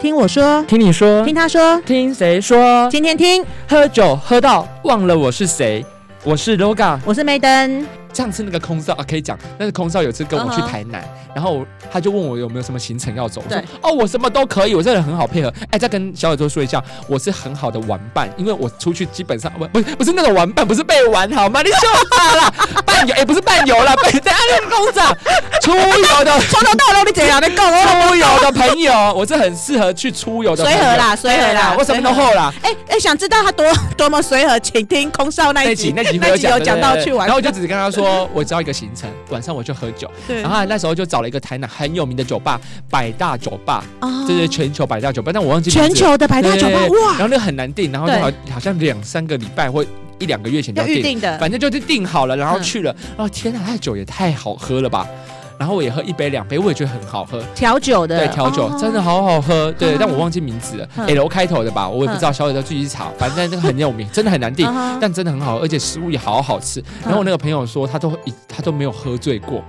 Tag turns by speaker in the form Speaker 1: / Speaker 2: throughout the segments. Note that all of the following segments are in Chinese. Speaker 1: 听我说，
Speaker 2: 听你说，
Speaker 1: 听他说，
Speaker 2: 听谁说？
Speaker 1: 今天听，
Speaker 2: 喝酒喝到忘了我是谁，我是 LOGA。
Speaker 1: 我是梅登。
Speaker 2: 上次那个空少啊，可以讲，那个空少有次跟我去
Speaker 1: 嗯哼
Speaker 2: 台南然后我他就问我有没有什么行程要走，我说
Speaker 1: 对
Speaker 2: 哦，我什么都可以，我真的很好配合。哎，再跟小耳朵说一下，我是很好的玩伴，因为我出去基本上不不是不是那种玩伴，不是被玩好吗？你笑话啦， 伴游哎不是伴游啦，伴在那个工厂 出游的
Speaker 1: 从头到尾你怎样在讲哦？
Speaker 2: 出游的朋友，我是很适合去出游的
Speaker 1: 随
Speaker 2: 朋友，
Speaker 1: 和啦，随和啦，
Speaker 2: 我什么都
Speaker 1: 随和。
Speaker 2: 会啦。
Speaker 1: 哎哎，想知道他多 多么随和，请听空少那
Speaker 2: 那
Speaker 1: 一
Speaker 2: 一集
Speaker 1: 集，
Speaker 2: 那集会
Speaker 1: 那集有
Speaker 2: 对
Speaker 1: 讲
Speaker 2: 对
Speaker 1: 到
Speaker 2: 对
Speaker 1: 去玩
Speaker 2: 然后我就只是跟他说，我知道一个行程，晚上我去喝酒。
Speaker 1: 对
Speaker 2: 然后他那时候就找了一个台南很有名的酒吧，百大酒吧，
Speaker 1: 哦
Speaker 2: 这是全球百大酒吧，但我忘记名
Speaker 1: 全
Speaker 2: 字
Speaker 1: 球的百大酒吧
Speaker 2: 对对对
Speaker 1: 哇
Speaker 2: 然，后那个很难订，然后就
Speaker 1: 对
Speaker 2: 好好像两三个礼拜或一两个月前就
Speaker 1: 要
Speaker 2: 要
Speaker 1: 预
Speaker 2: 订，
Speaker 1: 定的，
Speaker 2: 反正就是订好了，然后
Speaker 1: 嗯
Speaker 2: 去了，然后天哪，那酒也太好喝了吧！然后我也喝一杯两杯，我也觉得很好喝，
Speaker 1: 调酒的，
Speaker 2: 对，调酒
Speaker 1: 哦
Speaker 2: 真的好好喝，对
Speaker 1: 嗯，
Speaker 2: 但我忘记名字了
Speaker 1: 嗯
Speaker 2: ，L 开头的吧，我也不知道，小姐都自己去查，反正那个很有名，真的很难订
Speaker 1: 嗯，哼
Speaker 2: 但真的很好，而且食物也好好吃。然后我那个朋友说，他都一他都没有喝醉过，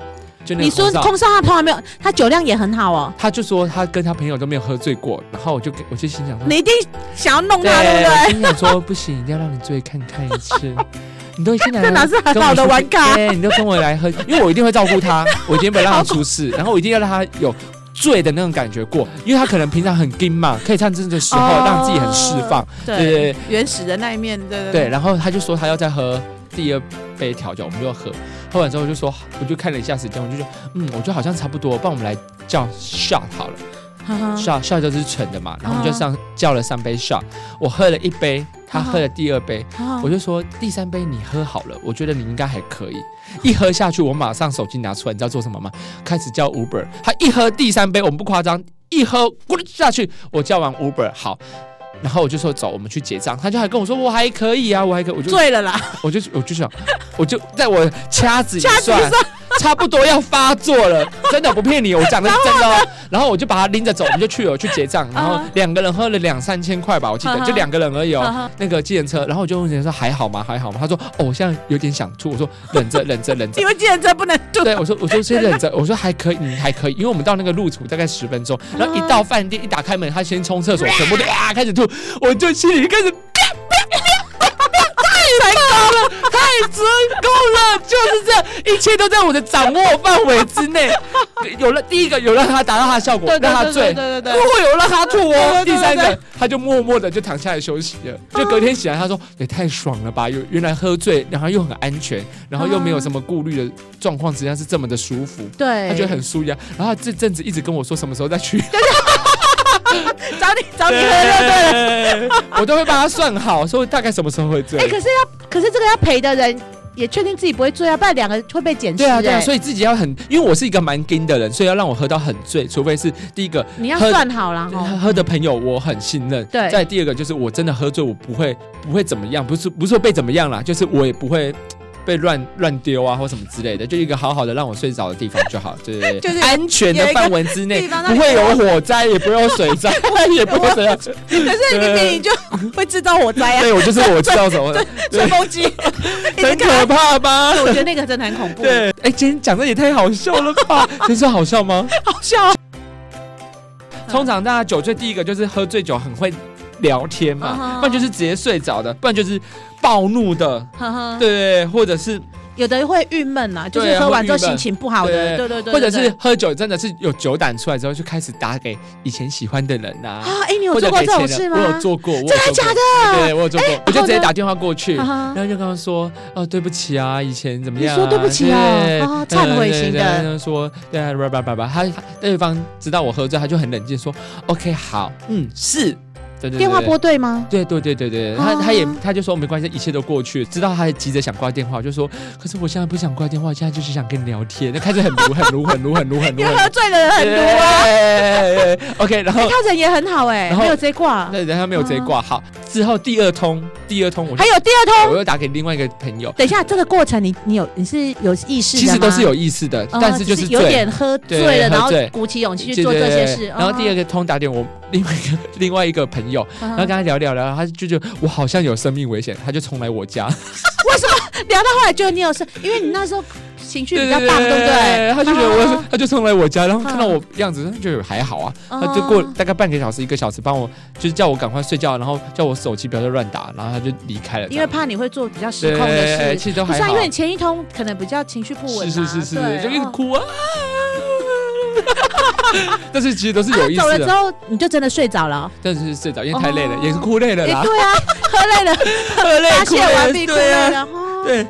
Speaker 2: 就那
Speaker 1: 你
Speaker 2: 个
Speaker 1: 说
Speaker 2: 红烧
Speaker 1: 空少他从来没有，他酒量也很好哦。
Speaker 2: 他就说他跟他朋友都没有喝醉过，然后我就给我就心想说，
Speaker 1: 你一定想要弄
Speaker 2: 嗯对，
Speaker 1: 他，对不
Speaker 2: 我
Speaker 1: 对？
Speaker 2: 心想说不行，一定要让你醉看看一 次。你都已经来
Speaker 1: 这哪
Speaker 2: 了，
Speaker 1: 是很好的玩咖？
Speaker 2: 对，你都跟我来喝，因为我一定会照顾 他，我一定不会让他出事，然后我一定要让他有。醉的那种感觉过，因为他可能平常很硬嘛，可以唱这的时候
Speaker 1: 哦
Speaker 2: 让自己很释放，对对对，
Speaker 1: 原始的那一面，对
Speaker 2: 对，，然后他就说他要再喝第二杯调酒，我们就喝。喝完之后我就说，我就看了一下时间，我就说，嗯，我觉得好像差不多，不然我们来叫 shot 好了、
Speaker 1: 哈哈
Speaker 2: s h o t shot 就是纯的嘛，然后我们
Speaker 1: 嗯
Speaker 2: 就上、叫了三杯 shot，我喝了一杯，他喝了第二杯，
Speaker 1: 哈
Speaker 2: 我就说第三杯你喝好了，我觉得你应该还可以。一喝下去，我马上手机拿出来，你知道做什么吗？开始叫 Uber。他一喝第三杯，我们不夸张，一喝咕噜下去，我叫完 Uber 好。然后我就说走，我们去结账。他就还跟我说我还可以啊，我还可以，我就
Speaker 1: 醉了啦，
Speaker 2: 我就我就想，我就在我掐指一
Speaker 1: 掐指
Speaker 2: 算，差不多要发作了，真的我不骗你，我讲的是真的哦。然后我就把他拎着走，我们就去了去结账，然后
Speaker 1: 啊
Speaker 2: 两个人喝了两三千块吧，我记得
Speaker 1: 啊哈
Speaker 2: 就两个人而已
Speaker 1: 啊
Speaker 2: 哦
Speaker 1: 哈。
Speaker 2: 那个计程车，然后我就问计程车还好吗？还好吗？他说哦，我现在有点想吐。我说忍着，忍着，忍着。
Speaker 1: 因为计程车不能 吐。
Speaker 2: 对，我说，我说先忍着，我说还可以，你还可以，因为我们到那个路途大概十分钟，然后一
Speaker 1: 嗯
Speaker 2: 到饭店一打开门，他先冲厕所，全部都啊开始吐，我就心里开始。 太成功了，太成功了，就是这样，一切都在我的掌握范围之内。有了第一个，有让他达到他的效果，让他醉，
Speaker 1: 对
Speaker 2: 如果有让他吐哦，
Speaker 1: 对对对对嗯
Speaker 2: 第三个他就默默的就躺下来休息了。就隔天醒来，他说也太爽了吧！有原来喝醉，然后又很安全，然后又没有什么顾虑的状况，之下是这么的舒服，
Speaker 1: 对，
Speaker 2: 他觉得很舒压。然后他这阵子一直跟我说什么时候再去，
Speaker 1: 找你找你喝就对了。
Speaker 2: 对， 我都会帮他算好，说大概什么时候会醉
Speaker 1: 哎，。可是要可是这个要陪的人也确定自己不会醉啊，不然两个会被检视。
Speaker 2: 对啊，对啊，
Speaker 1: 哎
Speaker 2: 所以自己要很，因为我是一个蛮硬的人，所以要让我喝到很醉，除非是第一个
Speaker 1: 你要
Speaker 2: 喝
Speaker 1: 算好了
Speaker 2: 喝
Speaker 1: 哈。
Speaker 2: 喝的朋友我很信任，
Speaker 1: 对
Speaker 2: 再第二个就是我真的喝醉，我不会不会怎么样，不是不是说被怎么样啦，就是我也不会被乱乱丢啊或什么之类的，就一个好好的让我睡着的地方就好，对 对对，
Speaker 1: 就是
Speaker 2: 安全的范围之
Speaker 1: 有
Speaker 2: 内
Speaker 1: 一个地，方让
Speaker 2: 不
Speaker 1: 你
Speaker 2: 会有火灾，也不会有水灾， 也不会 怎样。
Speaker 1: 可是你电影就会制造火灾啊，
Speaker 2: 对我就是我知道 什么，
Speaker 1: 吹风机，一直
Speaker 2: 很
Speaker 1: 看
Speaker 2: 可怕吧？
Speaker 1: 我觉得那个真的很恐怖，
Speaker 2: 对，哎，今天讲的也太好笑了 吧？真是好笑吗？
Speaker 1: 好笑啊。
Speaker 2: 通常大家酒醉，第一个就是喝醉酒很会聊天
Speaker 1: 嗯
Speaker 2: 嘛，
Speaker 1: 哼
Speaker 2: 不然就是直接睡着的，不然就是暴怒的，
Speaker 1: 呵呵
Speaker 2: 对，或者是
Speaker 1: 啊 有的会郁闷呐，就是
Speaker 2: 对啊
Speaker 1: 喝完之后
Speaker 2: 会郁闷
Speaker 1: 心情不好的，对
Speaker 2: 对
Speaker 1: 对对，
Speaker 2: 或者
Speaker 1: 对
Speaker 2: 是喝酒真的是有酒胆出来之后，就开始打给以前喜欢的人呐、
Speaker 1: 啊，哎，你有
Speaker 2: 或
Speaker 1: 做
Speaker 2: 者
Speaker 1: 过
Speaker 2: 给
Speaker 1: 这种
Speaker 2: 前
Speaker 1: 事
Speaker 2: 任
Speaker 1: 吗？
Speaker 2: 我有做过，真
Speaker 1: 真的假的？
Speaker 2: 对，我有做过，我就直接打电话过去。
Speaker 1: 哈哈
Speaker 2: 然后就跟他说，哦，对不起啊，以前怎么
Speaker 1: 你
Speaker 2: 样、啊？
Speaker 1: 说对不起啊
Speaker 2: 对
Speaker 1: 啊忏悔型的
Speaker 2: 对对对对对说，对啊，叭叭叭叭，他他对方知道我喝醉，他就很冷静说，OK，好，嗯，是，对对对
Speaker 1: 电话拨对吗？
Speaker 2: 对对对对对，他他也
Speaker 1: 哦
Speaker 2: 他就说没关系，一切都过去。知道他急着想挂电话，我就说可是我现在不想挂电话，我现在就是想跟你聊天。就开始很撸很撸很撸很撸很撸
Speaker 1: 因为喝
Speaker 2: 很
Speaker 1: 醉的人 很多啊。
Speaker 2: 啊。OK，然后
Speaker 1: 哎他人也很好哎、
Speaker 2: 然后
Speaker 1: 没有这挂。
Speaker 2: 对，然后没有直接挂好。之后第二通第二通我就
Speaker 1: 还有第二通，
Speaker 2: 我又打给另外一个朋友，
Speaker 1: 等一下，这个过程你你有你是有意识的
Speaker 2: 其实
Speaker 1: 吗
Speaker 2: 都是，有意思的，
Speaker 1: 呃
Speaker 2: 但是就
Speaker 1: 只
Speaker 2: 是
Speaker 1: 有
Speaker 2: 醉
Speaker 1: 点喝醉
Speaker 2: 对
Speaker 1: 了，
Speaker 2: 喝
Speaker 1: 然后
Speaker 2: 醉
Speaker 1: 鼓起勇气去
Speaker 2: 对
Speaker 1: 做
Speaker 2: 对
Speaker 1: 这些
Speaker 2: 对
Speaker 1: 事。嗯哦
Speaker 2: 然后第二个通打点我另外一个另外一个朋友，
Speaker 1: 然
Speaker 2: 然后跟他聊聊聊，他就觉得我好像有生命危险，他就冲来我家。
Speaker 1: 聊到后来，就你有事，因为你那时候情绪比较大，对不对？
Speaker 2: 他就觉得我
Speaker 1: 啊，
Speaker 2: 他就送来我家，然后
Speaker 1: 嗯
Speaker 2: 看到我样子，他就觉得还好啊。
Speaker 1: 啊
Speaker 2: 他就过大概半个小时、一个小时，帮我就是叫我赶快睡觉，然后叫我手机不要再乱打，然后他就离开了。
Speaker 1: 因为
Speaker 2: 这样
Speaker 1: 怕你会做比较失
Speaker 2: 对哎
Speaker 1: 控的事。
Speaker 2: 其实都
Speaker 1: 不
Speaker 2: 还
Speaker 1: 是啊，
Speaker 2: 好
Speaker 1: 因。为你前一通可能比较情绪不稳、啊，
Speaker 2: 是是是是，
Speaker 1: 对
Speaker 2: 就一直
Speaker 1: 哦
Speaker 2: 哭啊。 但是其实都是
Speaker 1: 啊
Speaker 2: 有意
Speaker 1: 走
Speaker 2: 思
Speaker 1: 了
Speaker 2: 的
Speaker 1: 之，后你就真的睡着了。
Speaker 2: 但是睡着，因为太累了，
Speaker 1: 哦
Speaker 2: 也是哭累了
Speaker 1: 哎，
Speaker 2: 啦，
Speaker 1: 对 啊，喝累了，
Speaker 2: 喝 累
Speaker 1: 发
Speaker 2: 哭
Speaker 1: 泄
Speaker 2: 累了
Speaker 1: 完毕，哭
Speaker 2: 对
Speaker 1: 累
Speaker 2: 啊，
Speaker 1: 了。哦
Speaker 2: 对。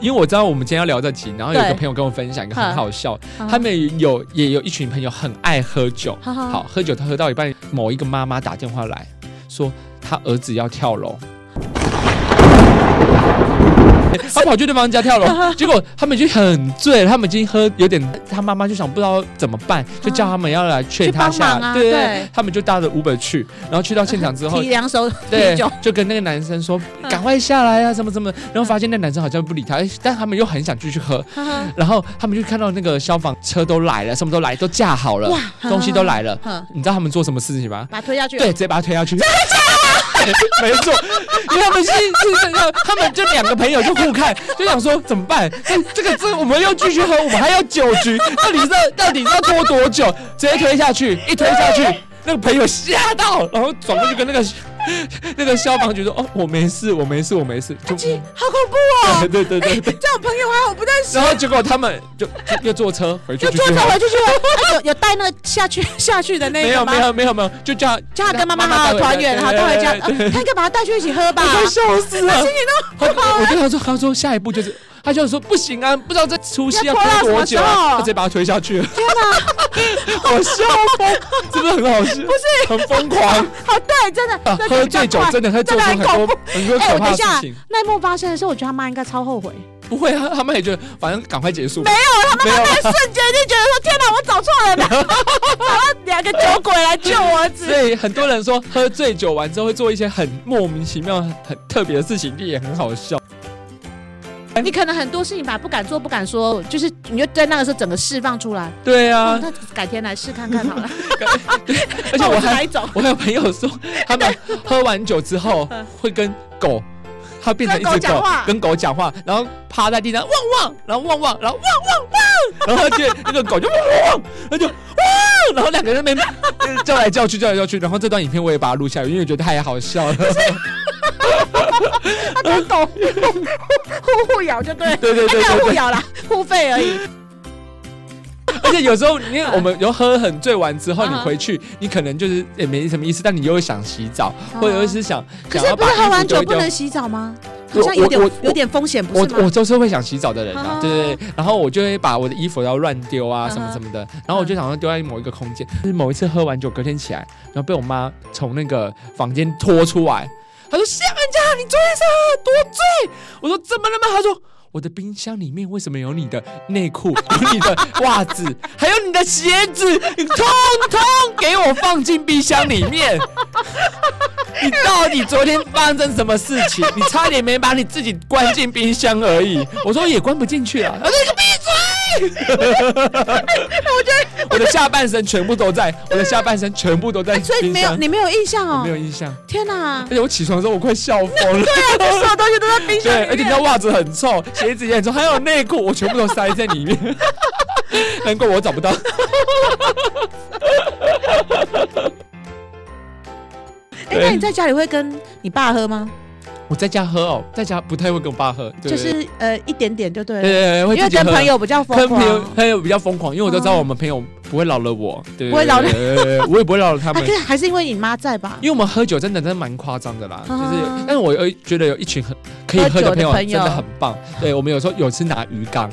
Speaker 2: 因为我知道我们今天要聊这集，然后有一个
Speaker 1: 对
Speaker 2: 朋友跟我分享一个很
Speaker 1: 嗯
Speaker 2: 好笑，
Speaker 1: 好
Speaker 2: 他们有也有一群朋友很爱喝酒，
Speaker 1: 好好
Speaker 2: 好，喝酒，他喝到一半，某一个妈妈打电话来说，他儿子要跳楼。 他跑去对方家 跳楼，结果他们已经很醉了，他们已经喝有点，他妈妈就想不知道怎么办，就叫他们要来劝
Speaker 1: 去
Speaker 2: 他
Speaker 1: 帮
Speaker 2: 下来，
Speaker 1: 忙啊
Speaker 2: 对
Speaker 1: 对
Speaker 2: 他们就搭着 Uber 去，然后去到现场 之后
Speaker 1: 提，两手
Speaker 2: 对
Speaker 1: 啤酒，，
Speaker 2: 就跟那个男生说
Speaker 1: 嗯
Speaker 2: 赶快下来啊，什么什么，然后发现那男生好像不理他，哎但他们又很想继续喝，
Speaker 1: 哈哈
Speaker 2: 然后他们就看到那个消防车都来了，什么都来，都架好了，
Speaker 1: 哇
Speaker 2: 东西都，来了，
Speaker 1: 哈哈哈
Speaker 2: 你知道他们做什么事情吗？
Speaker 1: 把它推下去。
Speaker 2: 对，，直接把他推下去。没错，因为他们是是这个，他们就两个朋友就互看，就想说怎么办？这这个这我们又继续喝，我们还要酒局，到底是要到底是要拖多久？直接推下去，一推下去，那个朋友吓到，然后转过去跟那个那个消防局说：“哦，我没事，我没事，我没事。就”
Speaker 1: 好恐怖哦！
Speaker 2: 对对对对对。
Speaker 1: 这种朋友还好不认识，
Speaker 2: 然后结果他们就就又坐车回去
Speaker 1: 就
Speaker 2: 继续
Speaker 1: 坐
Speaker 2: 喝，
Speaker 1: 车回 去去了。啊有有带那个下去 下去的那
Speaker 2: 没
Speaker 1: 个
Speaker 2: 有
Speaker 1: 吗
Speaker 2: 没？有没有没有，就叫
Speaker 1: 叫他跟妈妈
Speaker 2: 带
Speaker 1: 好好
Speaker 2: 回
Speaker 1: 团
Speaker 2: 家
Speaker 1: 圆，
Speaker 2: 对
Speaker 1: 好
Speaker 2: 对
Speaker 1: 带回
Speaker 2: 对
Speaker 1: 家。
Speaker 2: 对对
Speaker 1: 呃他应该把他带去一起喝吧？
Speaker 2: 我快笑死了！他
Speaker 1: 啊
Speaker 2: 我就他说，他说下一步就是，他就说不行啊，不知道这除夕
Speaker 1: 要
Speaker 2: 要
Speaker 1: 拖到
Speaker 2: 拖
Speaker 1: 什
Speaker 2: 多久
Speaker 1: 么时
Speaker 2: 啊，
Speaker 1: 候
Speaker 2: 他直接把他推下去了。天哪！ 我笑疯，是不是很 好笑？不是，很疯狂
Speaker 1: 好，对，真的
Speaker 2: 啊！，
Speaker 1: 那
Speaker 2: 喝
Speaker 1: 比较
Speaker 2: 醉酒
Speaker 1: 快
Speaker 2: 真的会做出
Speaker 1: 真的
Speaker 2: 很
Speaker 1: 很
Speaker 2: 多
Speaker 1: 恐
Speaker 2: 很多
Speaker 1: 哎，
Speaker 2: 可
Speaker 1: 我等
Speaker 2: 怕
Speaker 1: 一
Speaker 2: 的
Speaker 1: 下
Speaker 2: 事情。，
Speaker 1: 那一幕发生的时候，我觉得他妈应该超后悔。
Speaker 2: 不会啊，他们也觉得反正赶快结束。没有，啊他们没有。
Speaker 1: 啊瞬间就觉得说：“天哪，我找错人 了，找到两个酒鬼来救我儿
Speaker 2: 所。以很多人说，喝醉酒完之后会做一些很莫名其妙、很特别的事情，这也很好笑。”
Speaker 1: 你可能很多事情吧，不敢做，不敢说，就是你就在那个时候整个释放出来。
Speaker 2: 对
Speaker 1: 哦
Speaker 2: 啊，
Speaker 1: 那改天来试看看好了。
Speaker 2: 而且
Speaker 1: 那
Speaker 2: 我
Speaker 1: 哦我是
Speaker 2: 还
Speaker 1: 哪一 种？
Speaker 2: 我还有朋友说，他们喝完酒之后
Speaker 1: 嗯
Speaker 2: 会跟狗，他变成一
Speaker 1: 跟
Speaker 2: 只
Speaker 1: 狗
Speaker 2: 狗
Speaker 1: 讲话，
Speaker 2: 跟狗讲话，然后趴在地上汪汪，然后汪汪，然后汪汪汪，然后就那个狗就汪汪汪，然后就汪，然后两个人在那边呃叫来叫去，叫来叫去，然后这段影片我也把它录下来，因为我觉得太好笑了。
Speaker 1: 他跟狗 互互咬就对了，
Speaker 2: 对对对
Speaker 1: 哎没有
Speaker 2: 对 对
Speaker 1: 互咬啦，互吠而 已。
Speaker 2: 而且有时候，因为我们有喝很醉完之后，
Speaker 1: 嗯嗯
Speaker 2: 你回去，你可能就是也没什么意思，但你又会想洗澡，或者是想
Speaker 1: 哦可
Speaker 2: 想
Speaker 1: 是
Speaker 2: 要
Speaker 1: 不
Speaker 2: 把
Speaker 1: 是喝
Speaker 2: 衣
Speaker 1: 完
Speaker 2: 服丢
Speaker 1: 酒
Speaker 2: 一
Speaker 1: 不
Speaker 2: 丢
Speaker 1: 能。洗澡吗？
Speaker 2: 我
Speaker 1: 好像有
Speaker 2: 我
Speaker 1: 点
Speaker 2: 我
Speaker 1: 有点风险，不
Speaker 2: 我
Speaker 1: 是
Speaker 2: 我
Speaker 1: 吗？
Speaker 2: 就是会想洗澡的人
Speaker 1: 啊
Speaker 2: 啊，对对对，然后我就会把我的衣服然后乱丢啊，
Speaker 1: 嗯哼
Speaker 2: 什么什么的，然后我就想要丢在某一个空间。就是某一次喝完酒，隔天起来，然后被我妈从那个房间拖出来，她说：“夏安家，你昨天是喝多醉？”我说：“怎么了吗？”她说。我的冰箱里面为什么有你的内裤、有你的袜子，还有你的鞋子？你通通给我放进冰箱 里面！你到底昨天发生什么事情？你差点没把你自己关进冰箱而已。我说也关不进去啊！我 说你个闭嘴！我觉得我的下半身全部都在，我的下半身全部都在
Speaker 1: 哎所以
Speaker 2: 冰
Speaker 1: 没有
Speaker 2: 箱，
Speaker 1: 你没有印象
Speaker 2: 我没
Speaker 1: 哦。
Speaker 2: 有印象。
Speaker 1: 天 哪啊
Speaker 2: 而，且我起床的时候我快笑疯了。
Speaker 1: 所有东西都在冰箱
Speaker 2: 对，而
Speaker 1: 里
Speaker 2: 且你知道
Speaker 1: 面。
Speaker 2: 袜子很臭，鞋子也很臭，还有内裤，我全部都塞在里面。 难怪我找不到。
Speaker 1: 哎，那你在家里会跟你爸喝吗？
Speaker 2: 我在家喝哦，在家不太会跟我爸喝，对
Speaker 1: 就是呃一点点就对
Speaker 2: 对对
Speaker 1: 了，
Speaker 2: 对，会
Speaker 1: 因
Speaker 2: 自
Speaker 1: 为
Speaker 2: 己喝
Speaker 1: 跟朋。友比较疯
Speaker 2: 跟朋友
Speaker 1: 狂。
Speaker 2: 朋友比较疯狂，因为我都知道我们朋友不会饶了我，对，
Speaker 1: 不会饶了
Speaker 2: 对，对对我也不会饶了他
Speaker 1: 还
Speaker 2: 们
Speaker 1: 啊可。是还是因为你妈在吧
Speaker 2: 因？为我们喝酒真的真的蛮夸张的啦，就
Speaker 1: 啊
Speaker 2: 是，但是我有觉得有一群很可以喝的朋
Speaker 1: 喝酒的
Speaker 2: 友
Speaker 1: 朋
Speaker 2: 真
Speaker 1: 友
Speaker 2: 的很棒。对我们有时候有次拿鱼缸，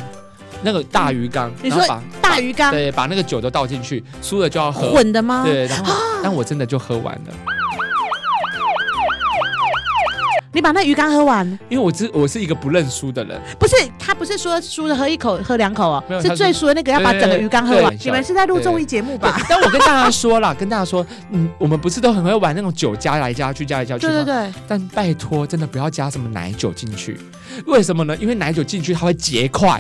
Speaker 2: 那个大鱼缸，
Speaker 1: 嗯你
Speaker 2: 然后
Speaker 1: 说
Speaker 2: 把
Speaker 1: 大鱼缸
Speaker 2: 对，把那个酒都倒进去，输了就要喝，
Speaker 1: 混的啊吗？
Speaker 2: 对，然后但我真的就喝完了，
Speaker 1: 你把那鱼缸喝完，
Speaker 2: 因为我是我是一个不认输的人，
Speaker 1: 不是他不是说输了喝一口喝两口哦
Speaker 2: 没有，
Speaker 1: 是
Speaker 2: 他是
Speaker 1: 最输的那个要把整个鱼缸喝
Speaker 2: 对
Speaker 1: 完
Speaker 2: 对。对
Speaker 1: 你们是在录综艺节目
Speaker 2: 对
Speaker 1: 吧？，
Speaker 2: 但我跟大家说啦，跟大家说，嗯，我们不是都很会玩那种酒加来加去加来加去
Speaker 1: 对
Speaker 2: 吗？
Speaker 1: 对对，
Speaker 2: 但拜托，真的不要加什么奶酒进去，为什么呢？因为奶酒进去它会结块，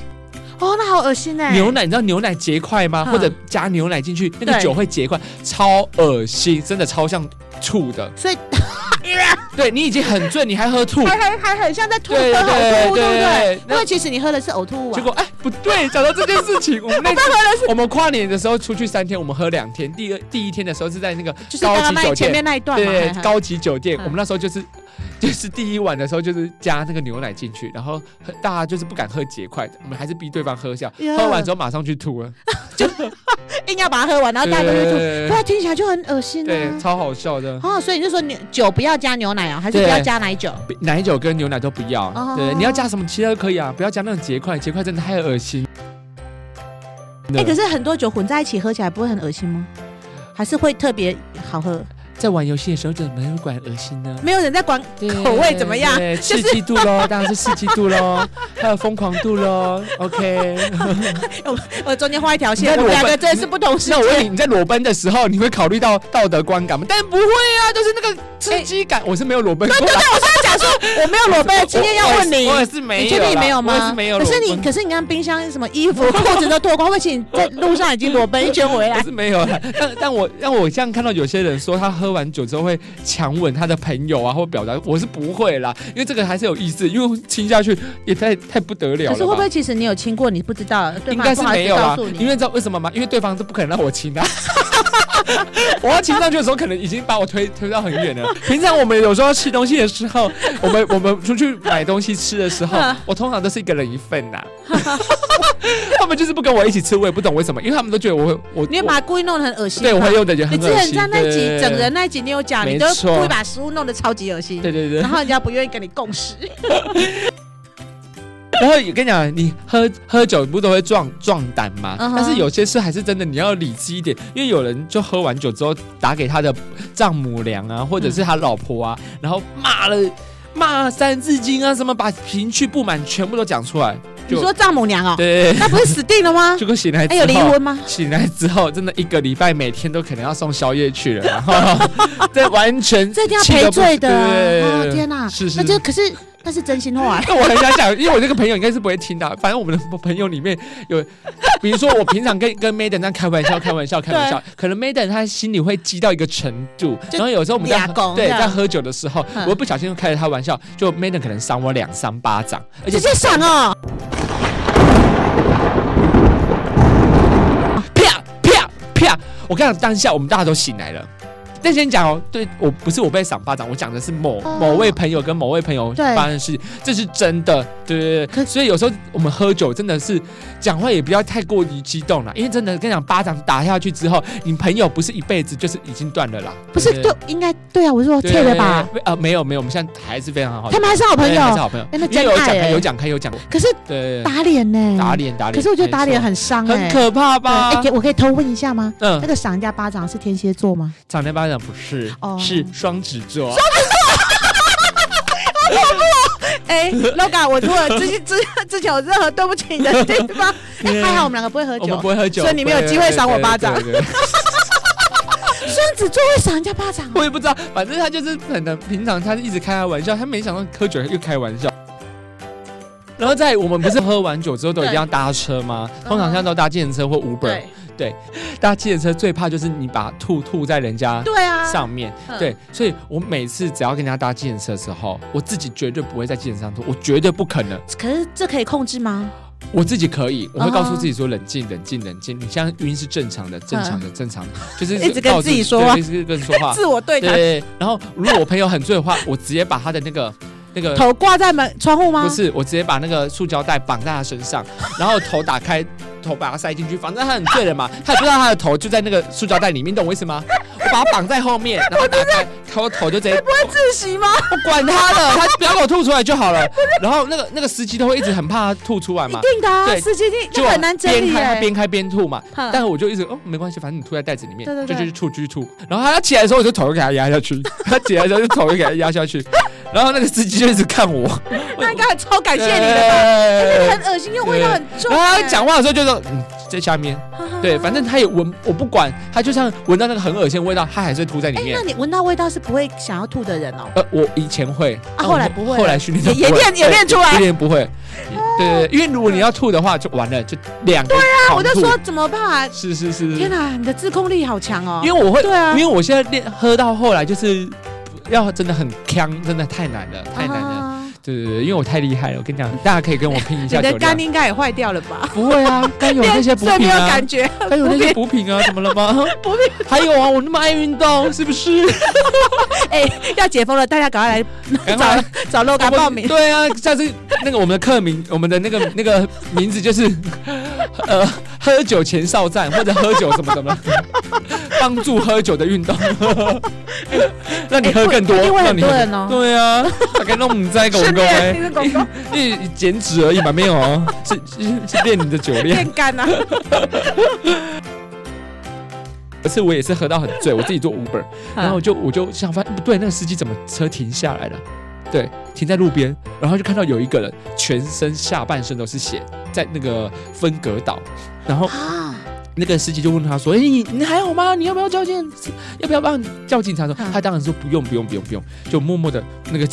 Speaker 1: 哦，那好恶心哎！
Speaker 2: 牛奶你知道牛奶结块吗？
Speaker 1: 嗯
Speaker 2: 或者加牛奶进去，那个
Speaker 1: 对
Speaker 2: 酒会结块，超恶心，真的超像醋的。
Speaker 1: 所以
Speaker 2: 对你已经很醉，你还喝吐，
Speaker 1: 还还还很像在吐喝
Speaker 2: 对对
Speaker 1: 呕吐，对不
Speaker 2: 对
Speaker 1: 对？
Speaker 2: 那
Speaker 1: 因为其实你喝的是呕吐啊
Speaker 2: 结
Speaker 1: 丸，
Speaker 2: 果哎不对，讲到这件事情，我们 那次我们跨年的时候出去三天，我们喝两天，第二第一天的时候是在那个
Speaker 1: 就是
Speaker 2: 高
Speaker 1: 刚刚
Speaker 2: 级
Speaker 1: 那
Speaker 2: 酒
Speaker 1: 前
Speaker 2: 店
Speaker 1: 面，那一段嘛，
Speaker 2: 对
Speaker 1: 嘿嘿
Speaker 2: 高级酒店，
Speaker 1: 嗯
Speaker 2: 我们那时候就是。 就是第一晚的时候，就是加那个牛奶进去，然后喝大家就是不敢喝结块的，我们还是逼对方喝下，
Speaker 1: 呀
Speaker 2: 喝完之后马上去吐了，
Speaker 1: 硬要把它喝完，然后大家都去吐，
Speaker 2: 对
Speaker 1: 对啊，听起来就很恶心
Speaker 2: 对，
Speaker 1: 啊。
Speaker 2: 超好笑的。
Speaker 1: 哦，所以你就说你酒不要加牛奶啊，还是
Speaker 2: 对
Speaker 1: 不要加奶酒？
Speaker 2: 奶酒跟牛奶都不要，
Speaker 1: 哦
Speaker 2: 对，你要加什么其他都可以啊，不要加那种结块，结块真的太恶心。
Speaker 1: 哎，可是很多酒混在一起喝起来不会很恶心吗？还是会特别好喝？
Speaker 2: 在玩游戏的时候怎么会管恶心呢？
Speaker 1: 没有人在管
Speaker 2: 对
Speaker 1: 口味怎么样
Speaker 2: 对，刺激度喽，当然是刺激度喽， 还有疯狂度喽。OK，
Speaker 1: 我呃中间画一条
Speaker 2: 那
Speaker 1: 线，我
Speaker 2: 我
Speaker 1: 们两
Speaker 2: 们
Speaker 1: 个真的是不同世
Speaker 2: 那我问
Speaker 1: 界。
Speaker 2: 你，你在裸奔的时候，你会考虑到道德观感吗？但不会啊，就是那个刺激
Speaker 1: 哎
Speaker 2: 感。我是没有裸奔过啦，
Speaker 1: 我刚刚讲说我没有裸奔的经验，要问你
Speaker 2: 我。也是
Speaker 1: 你
Speaker 2: 没有啦，
Speaker 1: 确定你没有吗？
Speaker 2: 我也是没有
Speaker 1: 可
Speaker 2: 裸
Speaker 1: 是
Speaker 2: 奔。
Speaker 1: 你，可是你看冰箱什么衣 服、裤子都脱光，而且你在路上已经裸奔一圈回
Speaker 2: 我
Speaker 1: 来。
Speaker 2: 是没有 啦，但但我让我像看到有些人说他喝完酒之后会强吻他的朋友啊，或表达，我是不会啦，因为这个还是有意思，因为亲下去也太太不得了
Speaker 1: 可
Speaker 2: 了
Speaker 1: 是会不
Speaker 2: 吧。
Speaker 1: 会其实你有亲过，你不知道，对
Speaker 2: 应
Speaker 1: 方
Speaker 2: 该
Speaker 1: 也
Speaker 2: 是
Speaker 1: 不好
Speaker 2: 没
Speaker 1: 意
Speaker 2: 有
Speaker 1: 思告
Speaker 2: 啦
Speaker 1: 诉，你
Speaker 2: 因。为你知道为什么吗？因为对方是不可能让我亲 啊。我要亲上去的时候，可能已经把我推推到很远了。平常我们有时候吃东西的时候，我们我们出去买东西吃的时候
Speaker 1: 嗯，
Speaker 2: 我通常都是一个人一份呐、 他们就是不跟我一起吃，我也不懂为什么，因为他们都觉得我会我
Speaker 1: 你会
Speaker 2: 我
Speaker 1: 把它故意弄得很恶心吗。
Speaker 2: 对，我会用的也
Speaker 1: 你
Speaker 2: 很
Speaker 1: 之
Speaker 2: 恶
Speaker 1: 前
Speaker 2: 心。
Speaker 1: 在那
Speaker 2: 对
Speaker 1: 集整人。那集，你有讲，你
Speaker 2: 没
Speaker 1: 都
Speaker 2: 错
Speaker 1: 故意把食物弄得超级恶心，
Speaker 2: 对对对，
Speaker 1: 然后人家不愿意跟你共食。
Speaker 2: 然后也跟你讲，你喝喝酒不都会壮壮胆吗
Speaker 1: 嗯哼
Speaker 2: 但是有些事还是真的你要理智一点，因为有人就喝完酒之后打给他的丈母娘啊，或者是他老婆啊，
Speaker 1: 嗯
Speaker 2: 然后骂了骂三字经啊，什么把情绪不满全部都讲出来，
Speaker 1: 你
Speaker 2: 就
Speaker 1: 说丈母娘哦，
Speaker 2: 对，
Speaker 1: 那不是死定了吗？
Speaker 2: 就跟醒来之
Speaker 1: 哎，
Speaker 2: 后，
Speaker 1: 有离婚吗？
Speaker 2: 醒来之后真的一个礼拜每天都可能要送宵夜去了，然后这完全
Speaker 1: 这一定要
Speaker 2: 气得
Speaker 1: 赔
Speaker 2: 不
Speaker 1: 罪的啊。
Speaker 2: 对
Speaker 1: 哦天哪，
Speaker 2: 是是
Speaker 1: 那就可是那是真心 话。
Speaker 2: 那我很想讲，因为我这个朋友应该是不会听的。反正我们的朋友里面有，比如说我平常跟跟 Maiden 这样开玩笑、开玩笑、开玩笑，可能 Maiden 他心里会激到一个程度，
Speaker 1: 就
Speaker 2: 然后有时候我们在
Speaker 1: 俩拱
Speaker 2: 对
Speaker 1: 这样
Speaker 2: 在喝酒的时候，
Speaker 1: 嗯
Speaker 2: 我不小心开了他玩笑，就 Maiden 可能赏我两三巴掌，而且
Speaker 1: 直接闪哦，
Speaker 2: 啪啪啪！我跟你讲，当下我们大家都醒来了。但先讲哦，对我不是我被赏巴掌，我讲的是某、
Speaker 1: 哦
Speaker 2: 某位朋友跟某位朋友
Speaker 1: 对
Speaker 2: 发生的事情，这是真的，对对对。
Speaker 1: 可
Speaker 2: 所以有时候我们喝酒真的是讲话也不要太过于激动了，因为真的跟你讲，巴掌打下去之后，你朋友不是一辈子就是已经断了啦。
Speaker 1: 不是
Speaker 2: 对
Speaker 1: 对，应该对啊，我说
Speaker 2: 对
Speaker 1: 退了吧，？
Speaker 2: 对对呃，没有没有，我们现在还是非常好的
Speaker 1: 他，们还是好朋
Speaker 2: 对还是
Speaker 1: 友，
Speaker 2: 好朋友，
Speaker 1: 哎那
Speaker 2: 因为有
Speaker 1: 真爱
Speaker 2: 讲开
Speaker 1: 哎
Speaker 2: 有讲开有讲过，
Speaker 1: 可是
Speaker 2: 对对对
Speaker 1: 打脸呢，
Speaker 2: 打。脸打脸。
Speaker 1: 可是我觉得
Speaker 2: 没
Speaker 1: 打脸
Speaker 2: 错
Speaker 1: 很伤
Speaker 2: 很
Speaker 1: 哎，
Speaker 2: 可怕
Speaker 1: 对
Speaker 2: 吧
Speaker 1: 哎，？给我可以偷问一下吗？
Speaker 2: 嗯
Speaker 1: 那，个赏人家巴掌是天蝎座吗？
Speaker 2: 长天巴掌不是，
Speaker 1: 哦
Speaker 2: 是双子座。 啊
Speaker 1: 哎、l o g a 我如果之之之前有任何对不起你的地方， 哎、还好我们两个不会喝
Speaker 2: 我们
Speaker 1: 酒
Speaker 2: 不。会喝酒，
Speaker 1: 所以你没有
Speaker 2: 对
Speaker 1: 机会赏我巴掌。
Speaker 2: 对对对 对对
Speaker 1: 双子座会赏人家巴掌、
Speaker 2: 我也不知道，反正他就是可能平常他一直开他玩笑，他没想到喝酒又开玩笑。然后在我们不是喝完酒之后都一定要搭车吗？
Speaker 1: 对
Speaker 2: 通常现在都搭计程车或 Uber，
Speaker 1: 嗯对
Speaker 2: 搭计程车最怕就是你把吐吐在人家
Speaker 1: 对啊，
Speaker 2: 上面。
Speaker 1: 嗯
Speaker 2: 对，所以我每次只要跟人家搭计程车的时候，我自己绝对不会在计程车上吐，我绝对不可能。
Speaker 1: 可是这可以控制吗？
Speaker 2: 我自己可以，我
Speaker 1: 嗯
Speaker 2: 会
Speaker 1: 哼嗯
Speaker 2: 告诉自己说冷静、冷静、冷静。你现在晕是正常的，正常的，正常的，就是
Speaker 1: 一直跟
Speaker 2: 告诉
Speaker 1: 自己说话
Speaker 2: 对一直跟自己说话。
Speaker 1: 自我对谈，
Speaker 2: 啊对，然后如果我朋友很醉的话，我直接把他的那个那 个
Speaker 1: 头挂在门窗户吗？
Speaker 2: 不是，我直接把那个塑胶袋绑在他身上，然后头打开，头把他塞进去，反正他很醉了嘛，他也不知道他的头就在那个塑胶袋里面，你懂我意思吗？我把他绑在后面，然后打开，头头就直
Speaker 1: 哎
Speaker 2: 接
Speaker 1: 自习吗？
Speaker 2: 不管他了，他不要给我吐出来就好了。然后那个那个司机都会一直很怕他吐出来
Speaker 1: 一
Speaker 2: 嘛，
Speaker 1: 定的、啊，
Speaker 2: 对
Speaker 1: 司机一定
Speaker 2: 就
Speaker 1: 那很难整
Speaker 2: 边
Speaker 1: 理
Speaker 2: 开他
Speaker 1: 耶、
Speaker 2: 边开边吐嘛，
Speaker 1: 嗯
Speaker 2: 但我就一直哦没关系，反正你吐在袋子里面，
Speaker 1: 对对对
Speaker 2: 就去吐就去吐。然后他起来的时候，我就头就给他压 下去，他起来的时候就头就给他压下去。然后那个司机就一直看我，
Speaker 1: 那应该很超 感谢你的吧？
Speaker 2: 的
Speaker 1: 很恶心，因为味道很重、嗯
Speaker 2: 然后
Speaker 1: 欸。
Speaker 2: 他讲话的时候就说嗯在下面，对，反正他也闻我不管，他就像闻到那个很恶心的味道，他还是会吐在里
Speaker 1: 哎、
Speaker 2: 面
Speaker 1: 那。你闻到味道是不会想要吐的人哦、
Speaker 2: 呃，我以前会，
Speaker 1: 啊
Speaker 2: 但
Speaker 1: 后来
Speaker 2: 我
Speaker 1: 不会了
Speaker 2: 后来训练都
Speaker 1: 也
Speaker 2: 不
Speaker 1: 也
Speaker 2: 会
Speaker 1: 练哦也练出来
Speaker 2: 对也练不会。对对，对因为如果你要吐的话，就完了，就两个。对
Speaker 1: 那我就说怎么办啊？
Speaker 2: 是是是，
Speaker 1: 天哪、你的自控力好强哦、
Speaker 2: 因为我会，
Speaker 1: 对啊
Speaker 2: 因为我现在练喝到后来就是不要真的很强，真的太难了，太难了。
Speaker 1: 啊
Speaker 2: 对对对，因为我太厉害了，我跟你讲，大家可 以跟我拼哎一
Speaker 1: 你
Speaker 2: 下
Speaker 1: 的
Speaker 2: 酒
Speaker 1: 肝
Speaker 2: 量。
Speaker 1: 应该也坏掉了吧？
Speaker 2: 不会啊，该有那些补
Speaker 1: 所以没
Speaker 2: 品
Speaker 1: 有
Speaker 2: 啊
Speaker 1: 感，觉，
Speaker 2: 该有那些
Speaker 1: 品
Speaker 2: 补品啊，怎么了吗？ 补品还有啊，我那么爱运动，是 不是？
Speaker 1: 哎，要解封了，大家赶快来
Speaker 2: 赶快
Speaker 1: 找找 LOGA 报名。
Speaker 2: 对啊，下次那个我们的课名，我们的那个那个名字就是呃，喝酒前哨站或者喝酒什么什 么，帮助喝酒的运动，让你喝更多，
Speaker 1: 哎会一定会
Speaker 2: 让
Speaker 1: 很
Speaker 2: 你
Speaker 1: 多
Speaker 2: 喝
Speaker 1: 人哦。
Speaker 2: 对啊，大概弄你在狗
Speaker 1: 是
Speaker 2: 狗
Speaker 1: 练
Speaker 2: 哎
Speaker 1: 你，的狗狗
Speaker 2: 一一减脂而已嘛，没有啊，是是是练你的酒量
Speaker 1: 变。干啊！
Speaker 2: 可是我也是喝到很醉，我自己做 Uber，然后我就
Speaker 1: 嗯
Speaker 2: 我就想发现不对，那个司机怎么车停下来了？对，停在路边，然后就看到有一个人全身下半身都是血，在那个分隔岛，然后
Speaker 1: 啊，
Speaker 2: 那个司机就问他说：“哎、你你还好吗？你要不要叫警？要不要帮你叫警察？”说
Speaker 1: 嗯
Speaker 2: 他当然说不用不用不用不用，就默默的那个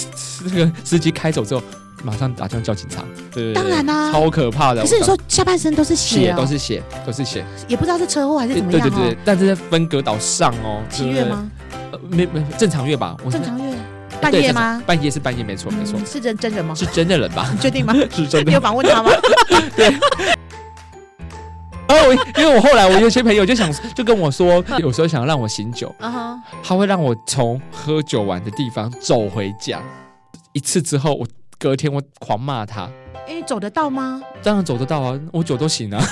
Speaker 2: 那个司机开走之后，马上打电话叫警察。对，对对
Speaker 1: 当然啦
Speaker 2: 超可怕的。
Speaker 1: 可是你
Speaker 2: 我当
Speaker 1: 说下半身都是血
Speaker 2: 血
Speaker 1: 哦，
Speaker 2: 都是血都是血，
Speaker 1: 也不知道是车祸还是
Speaker 2: 对
Speaker 1: 怎么
Speaker 2: 对
Speaker 1: 样
Speaker 2: 对
Speaker 1: 哦
Speaker 2: 对。，但是在分隔岛上哦，
Speaker 1: 七
Speaker 2: 对
Speaker 1: 月？吗？
Speaker 2: 对对呃没没正常月吧？我
Speaker 1: 正常月半
Speaker 2: 对
Speaker 1: 夜
Speaker 2: 正常
Speaker 1: 吗？
Speaker 2: 半夜是半夜，没错没错
Speaker 1: 嗯，是真真人吗？
Speaker 2: 是真的人 吧？
Speaker 1: 你确 定吗？
Speaker 2: 是真
Speaker 1: 你有。访问 他吗？
Speaker 2: 然后我哦因为我后来我有些朋友就想就跟我说，有时候想要让我醒酒，
Speaker 1: 啊哈，
Speaker 2: 他会让我从喝酒完的地方走回家一次之后，我隔天我狂骂他，
Speaker 1: 哎，走得到吗？
Speaker 2: 当然走得到啊，我酒都醒 啊，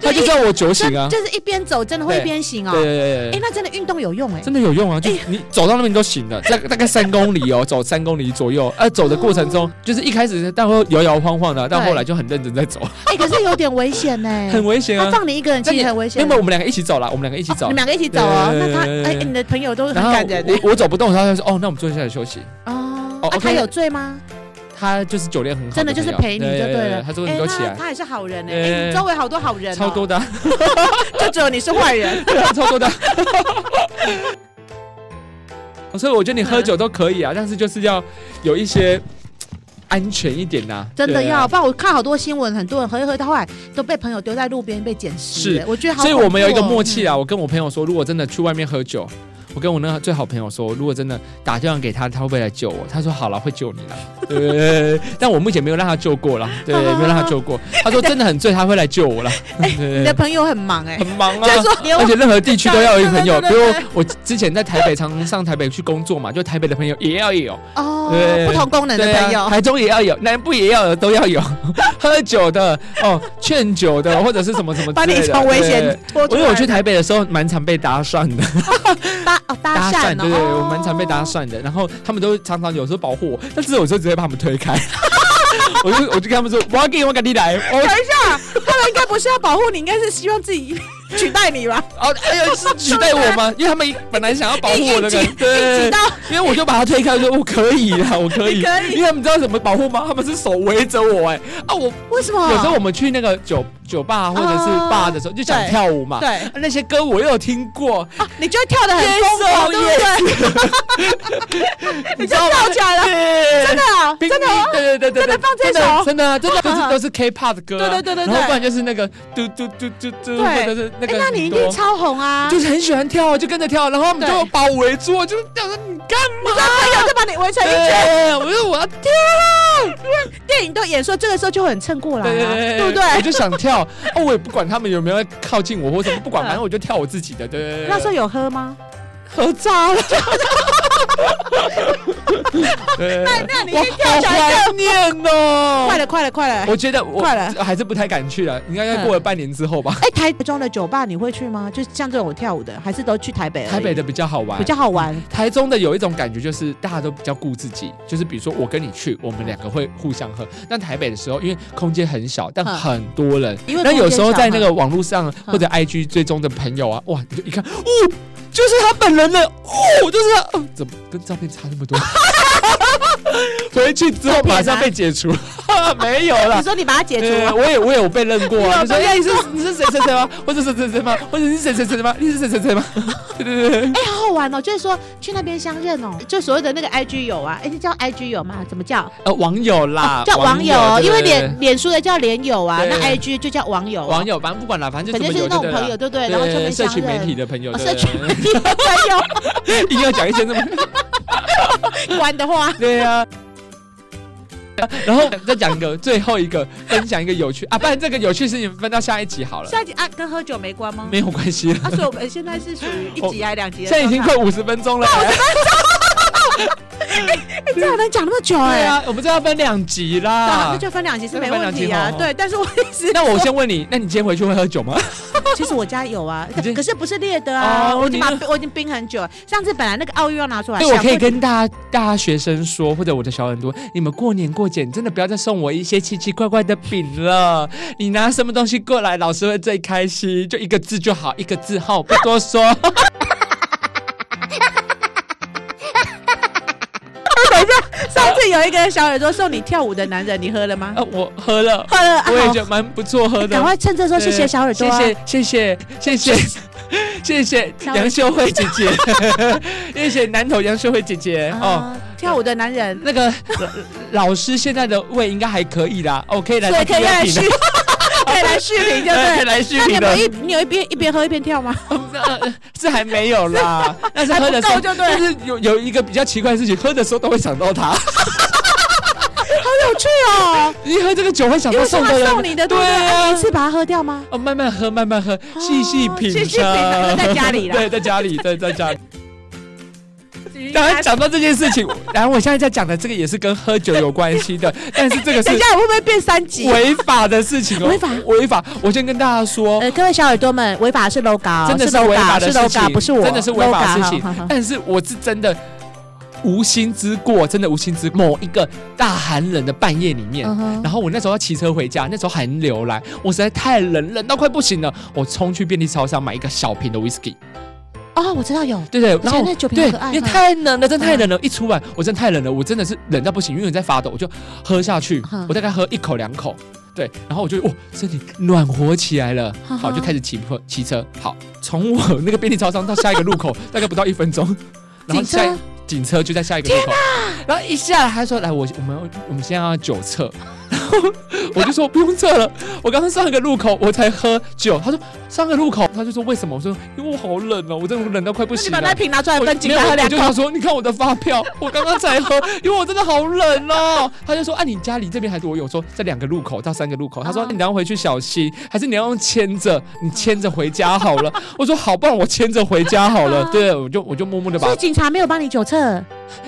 Speaker 2: 他
Speaker 1: 就是
Speaker 2: 就叫我酒
Speaker 1: 这
Speaker 2: 醒啊，
Speaker 1: 就是一边走真的会一边醒哦。
Speaker 2: 对对对
Speaker 1: 哎，
Speaker 2: 对。
Speaker 1: 那真的运动有用哎。
Speaker 2: 真的有用啊！就
Speaker 1: 哎
Speaker 2: 你走到那边你都醒了，大大概三公里哦，走三公里左右。呃，走的过程中，就是一开始但会摇摇晃晃的，到
Speaker 1: 对
Speaker 2: 后来就很认真在走，
Speaker 1: 哎，可是有点危险呢。
Speaker 2: 很危险啊
Speaker 1: 他。放你一个人
Speaker 2: 但
Speaker 1: 其实
Speaker 2: 也
Speaker 1: 很危
Speaker 2: 因
Speaker 1: 险
Speaker 2: 为。我们两个一起走啦，我们两个一起
Speaker 1: 哦
Speaker 2: 走
Speaker 1: 你们，两个一起走哦。
Speaker 2: 对
Speaker 1: 那他
Speaker 2: 对对
Speaker 1: 哎，
Speaker 2: 对
Speaker 1: 你的朋友都很
Speaker 2: 然后
Speaker 1: 感人哎
Speaker 2: 我我走不动，他就说：“哦，那我们坐下来休息。
Speaker 1: 哦。
Speaker 2: 哦
Speaker 1: 啊，
Speaker 2: ，OK
Speaker 1: 他有罪吗？
Speaker 2: 他就是酒量很好，
Speaker 1: 真的就是陪你就对了。
Speaker 2: 他说：“
Speaker 1: 哎
Speaker 2: 你给我
Speaker 1: 他
Speaker 2: 起来。
Speaker 1: 他也是好人哎
Speaker 2: 对
Speaker 1: 哎，你周围好多好人哦，
Speaker 2: 超多的 啊，
Speaker 1: 就只有你是坏 人。
Speaker 2: 超多的啊。哦所以我觉得你喝酒都可以啊，但是就是要有一些安全一点呐、
Speaker 1: 真的
Speaker 2: 对啊
Speaker 1: 要，不然我看好多新闻，很多人喝一喝到后来都被朋友丢在路边被捡尸。
Speaker 2: 是
Speaker 1: 哎我觉得好
Speaker 2: 所
Speaker 1: 恐怖
Speaker 2: 以
Speaker 1: 哦。
Speaker 2: 我们有一个默契
Speaker 1: 嗯
Speaker 2: 啊，我跟我朋友说，如果真的去外面喝酒，我跟我那个最好朋友说，如果真的打电话给他，他会不会来救我？他说好了，会救你啦。对，但我目前没有让他救过啦，对，没有让他救过。他说真的很醉，他会来 救我啦。
Speaker 1: 哎你
Speaker 2: 对
Speaker 1: 的朋友很忙哎、
Speaker 2: 很忙
Speaker 1: 就是
Speaker 2: 啊。
Speaker 1: 说连
Speaker 2: 而
Speaker 1: 我
Speaker 2: 且任何地区都要有一个朋友，比
Speaker 1: 对
Speaker 2: 如
Speaker 1: 对对对
Speaker 2: 我之前在台北，常常上台北去工作嘛，就台北的朋友也要有，
Speaker 1: 哦
Speaker 2: 对
Speaker 1: 不同功能的
Speaker 2: 对
Speaker 1: 朋友，
Speaker 2: 啊，台中也要有，南部也要有，都要有， 喝酒的哦，劝酒的，或者是什么什么之
Speaker 1: 把
Speaker 2: 类
Speaker 1: 你
Speaker 2: 的，
Speaker 1: 从危
Speaker 2: 对
Speaker 1: 险。拖出
Speaker 2: 我
Speaker 1: 来。
Speaker 2: 因为我去台北的时候，蛮常被搭讪的，
Speaker 1: 搭哦搭讪哦，
Speaker 2: 对对，我蛮常被搭
Speaker 1: 哦。
Speaker 2: 讪的。然后他们都常常有时候保护我，但是有时候直接把他们推开。 我就我就跟他们说，我要给你，我赶紧来，我
Speaker 1: 等一下，他们应该不是要保护你，应该是希望自己取代你吧？
Speaker 2: 哦，哎呀，是取代我 吗？因为他们本来想要保护我的
Speaker 1: 一
Speaker 2: 人
Speaker 1: 一，
Speaker 2: 对
Speaker 1: 知，道
Speaker 2: 因为我就把他推开，我说我哦可以啦， 我可以，
Speaker 1: 你可以
Speaker 2: 因为他们知道怎么保护吗？他们是手围着我，哎，啊，我
Speaker 1: 为什么？
Speaker 2: 有时候我们去那个酒酒吧或者是
Speaker 1: 哦
Speaker 2: 吧的时候，就想
Speaker 1: 对
Speaker 2: 跳舞嘛，
Speaker 1: 对
Speaker 2: 啊那些歌我也有听过，
Speaker 1: 啊，你就会跳的很
Speaker 2: 耶
Speaker 1: 疯狂，
Speaker 2: 手
Speaker 1: 对不对？
Speaker 2: 你
Speaker 1: 就跳起来了，
Speaker 2: 对
Speaker 1: 真的啊，
Speaker 2: 冰
Speaker 1: 真的啊，
Speaker 2: 对对对对，
Speaker 1: 真的放这
Speaker 2: 真的
Speaker 1: 首
Speaker 2: 真的啊真的不是都是 K-pop 的歌啊，
Speaker 1: 对对对对对
Speaker 2: 然后不然就是那个嘟嘟嘟嘟嘟，
Speaker 1: 对
Speaker 2: 或者是那
Speaker 1: 哎
Speaker 2: 个，
Speaker 1: 那你一
Speaker 2: 很多
Speaker 1: 定超红啊！
Speaker 2: 就是是很喜欢跳，就跟着跳，然后他们就
Speaker 1: 对
Speaker 2: 把我围住，我就想说你干嘛？
Speaker 1: 朋友就把你围成一圈，
Speaker 2: 对，我就我要跳，
Speaker 1: 电影都演说这个时候就很衬过来
Speaker 2: 对
Speaker 1: 啊，
Speaker 2: 对
Speaker 1: 对不
Speaker 2: 我
Speaker 1: 对？
Speaker 2: 就想跳，哦，我也不管他们有没有靠近我或什么，不管，
Speaker 1: 嗯
Speaker 2: 反正我就跳我自己的，对对对。
Speaker 1: 那时候有喝吗？
Speaker 2: 合照了，对，
Speaker 1: 那你
Speaker 2: 我
Speaker 1: 先跳
Speaker 2: 好
Speaker 1: 起来
Speaker 2: 怀念哦，
Speaker 1: 快了，快了，快了！
Speaker 2: 我觉得我
Speaker 1: 哎快了嗯
Speaker 2: 还是不太敢去了，应该要过了半年之后吧。
Speaker 1: 哎，台中的酒吧你会去吗？就像这种跳舞的，还是都去台北而已？
Speaker 2: 台北的比较好玩，
Speaker 1: 比较好玩。
Speaker 2: 台中的有一种感觉就是大家都比较顾自己，就是比如说我跟你去，我们两个会互相喝。那台北的时候，因为空间很小，但
Speaker 1: 嗯
Speaker 2: 很多人，
Speaker 1: 因为
Speaker 2: 那
Speaker 1: 空间
Speaker 2: 有时候
Speaker 1: 小
Speaker 2: 在
Speaker 1: 嘛
Speaker 2: 那个网络上
Speaker 1: 嗯
Speaker 2: 或者 IG 追踪的朋友啊，哇，你就一 看，哦，就是他本人了，哦，就是他，哦怎么跟照片差那么多？回去之后马上被解除， 没有啦
Speaker 1: 你。说你把它 解除啊
Speaker 2: 呃
Speaker 1: 了，
Speaker 2: 我也我也有被认过
Speaker 1: 有
Speaker 2: 啊，你说
Speaker 1: 被
Speaker 2: 哎你是你是谁谁谁吗？或者谁谁谁吗？或者你是谁谁谁吗？你是谁谁谁吗？ 对对对，
Speaker 1: 哎，好好玩哦！就是说去那边相认哦，就所谓的那个 IG 友啊，哎，你叫 IG 友吗？怎么叫？
Speaker 2: 呃，网友啦，
Speaker 1: 哦叫网友，
Speaker 2: 对
Speaker 1: 因为
Speaker 2: 对对
Speaker 1: 脸脸书的叫脸友啊，
Speaker 2: 对
Speaker 1: 那 IG 就叫网友啊，
Speaker 2: 网友，反正不管啦，反正
Speaker 1: 反
Speaker 2: 就
Speaker 1: 正就
Speaker 2: 怎
Speaker 1: 是
Speaker 2: 么
Speaker 1: 那种朋友，
Speaker 2: 有对了
Speaker 1: 对不对？
Speaker 2: 对
Speaker 1: 然后就面
Speaker 2: 社
Speaker 1: 相
Speaker 2: 群媒体
Speaker 1: 认，
Speaker 2: 的朋友，
Speaker 1: 哦
Speaker 2: 对
Speaker 1: 社群
Speaker 2: 对
Speaker 1: 媒体的朋友。
Speaker 2: 对一定要讲一些 这么
Speaker 1: 玩的话，
Speaker 2: 对呀、然后再讲一个最后一个，分享一个有趣啊，不然这个有趣事情分到下一集好了，
Speaker 1: 下一集啊跟喝酒没关吗？
Speaker 2: 没有关系了，
Speaker 1: 啊，所以我们现在是属于一集还是两集的啊状
Speaker 2: 哦现
Speaker 1: 态？
Speaker 2: 在已经快五十分钟了、
Speaker 1: 哎这还能讲那么久
Speaker 2: 对
Speaker 1: 哎？
Speaker 2: 啊，我们这要分两集
Speaker 1: 对啊，
Speaker 2: 啦
Speaker 1: 那。就分两集是
Speaker 2: 那就
Speaker 1: 没问
Speaker 2: 分两集
Speaker 1: 题啊。
Speaker 2: 哦
Speaker 1: 对，但是我一直
Speaker 2: 那我先问你，那你今天回去会喝酒吗？
Speaker 1: 其实我家有啊
Speaker 2: 你这，
Speaker 1: 可是不是烈的啊，
Speaker 2: 哦
Speaker 1: 我已经把
Speaker 2: 你
Speaker 1: 我已经冰很久了。上次本来那个奥运要拿出来，
Speaker 2: 对，我
Speaker 1: 想
Speaker 2: 可以
Speaker 1: 说
Speaker 2: 跟大家大学生说，或者我的小耳朵，你们过年过节你真的不要再送我一些奇奇怪怪的饼了。你拿什么东西过来，老师会最开心，就一个字就好，一个字号，不多说。
Speaker 1: 上次有一个小耳朵送你跳舞的男人，你喝了吗？
Speaker 2: 啊，我喝了，
Speaker 1: 喝了，啊
Speaker 2: 我也
Speaker 1: 好
Speaker 2: 觉得蛮不错喝的。
Speaker 1: 赶快趁这时候谢谢小耳朵啊，
Speaker 2: 谢谢谢谢谢谢谢谢
Speaker 1: 小
Speaker 2: 杨秀慧姐姐，谢谢南投杨秀慧姐姐哦。
Speaker 1: 啊跳舞的男人，
Speaker 2: 那个老师现在的胃应该还可以啦，哦，可以来
Speaker 1: 对，
Speaker 2: 当
Speaker 1: 可以来
Speaker 2: 第
Speaker 1: 续，
Speaker 2: 二品了，
Speaker 1: 可以来续评，对不对？那你
Speaker 2: 可以来续评了
Speaker 1: 们。一你有一边一边喝一边跳吗？
Speaker 2: 呃是还没有啦，但是
Speaker 1: 还
Speaker 2: 喝的
Speaker 1: 不
Speaker 2: 时
Speaker 1: 够，
Speaker 2: 候
Speaker 1: 就对
Speaker 2: 但是有有一个比较奇怪的事情，喝的时候都会想到他。
Speaker 1: 有趣哦，
Speaker 2: 一喝这个酒会想
Speaker 1: 因
Speaker 2: 到
Speaker 1: 为是
Speaker 2: 送
Speaker 1: 他
Speaker 2: 的人，
Speaker 1: 送你的，对
Speaker 2: 对
Speaker 1: 不对？啊
Speaker 2: 啊
Speaker 1: 你一。次把它喝掉吗？
Speaker 2: 哦，慢慢喝，慢慢喝，细细品
Speaker 1: 细
Speaker 2: 尝。
Speaker 1: 细品尝在家里啦
Speaker 2: 对，在家里，对，在家里。当然讲到这件事情，然后我现在在讲的这个也是跟喝酒有关系的，但是这个
Speaker 1: 等一
Speaker 2: 是
Speaker 1: 下会不会变三级？
Speaker 2: 违法的事情哦，
Speaker 1: 违法
Speaker 2: 违法。我先跟大家说，
Speaker 1: 呃，各位小耳朵们，违法是 logo，
Speaker 2: 真的
Speaker 1: 啊是
Speaker 2: 违法
Speaker 1: logo，
Speaker 2: 的
Speaker 1: 是
Speaker 2: 事
Speaker 1: logo，
Speaker 2: 情，
Speaker 1: 不是我，
Speaker 2: 真的是违法的
Speaker 1: logo，
Speaker 2: 事情
Speaker 1: 好好。好
Speaker 2: 但是我是真的无心之过，真的无心之某一个大寒冷的半夜里面，
Speaker 1: 嗯哼
Speaker 2: 然后我那时候要骑车回家，那时候寒流来，我实在太冷，冷到快不行了，我冲去便利超商买一个小瓶的 whisky，
Speaker 1: 哦，我知道有，
Speaker 2: 对对，
Speaker 1: 而
Speaker 2: 然
Speaker 1: 且
Speaker 2: 后
Speaker 1: 那酒瓶
Speaker 2: 对
Speaker 1: 很可，爱嗯
Speaker 2: 因为
Speaker 1: 嘛
Speaker 2: 太冷了，真的太冷了，一出来我真的太冷了，我真的是冷到不行，因为我在发抖，我就喝下去
Speaker 1: 嗯，
Speaker 2: 我大概喝一口两口。对，然后我就哦，身体暖和起来了，
Speaker 1: 哈哈
Speaker 2: 好，就开始骑车骑车。好，从我 那个便利超商到下一个路口，大概不到一分钟，然后
Speaker 1: 警
Speaker 2: 下一
Speaker 1: 车
Speaker 2: 警车就在下一个路口，然后一下来他说来我我们我们现在要酒测， 然后我就说不用测了，我刚刚上一个路口我才喝酒，他说上个路口，他就说为什么？我说因为我好冷哦，我真的冷到快不
Speaker 1: 那你
Speaker 2: 行
Speaker 1: 把那
Speaker 2: 了。
Speaker 1: 瓶拿出来
Speaker 2: 我
Speaker 1: 跟警
Speaker 2: 没
Speaker 1: 察
Speaker 2: 有
Speaker 1: 喝
Speaker 2: 我
Speaker 1: 两
Speaker 2: 就跟他
Speaker 1: 口。
Speaker 2: 说：“你看我的发 票，我刚刚才喝，因为我真的好冷哦。”他就说：“啊，你家离这边还多远？”我说：“这两个路口到三个路口。”他说：“
Speaker 1: 啊
Speaker 2: 你等下回去小心，还是你要用牵着？你牵着回家好 了。”我说：“好，不然我牵着回家好了。”
Speaker 1: 啊
Speaker 2: 对，我就我就默默的把
Speaker 1: 所以，警察没有帮你酒测，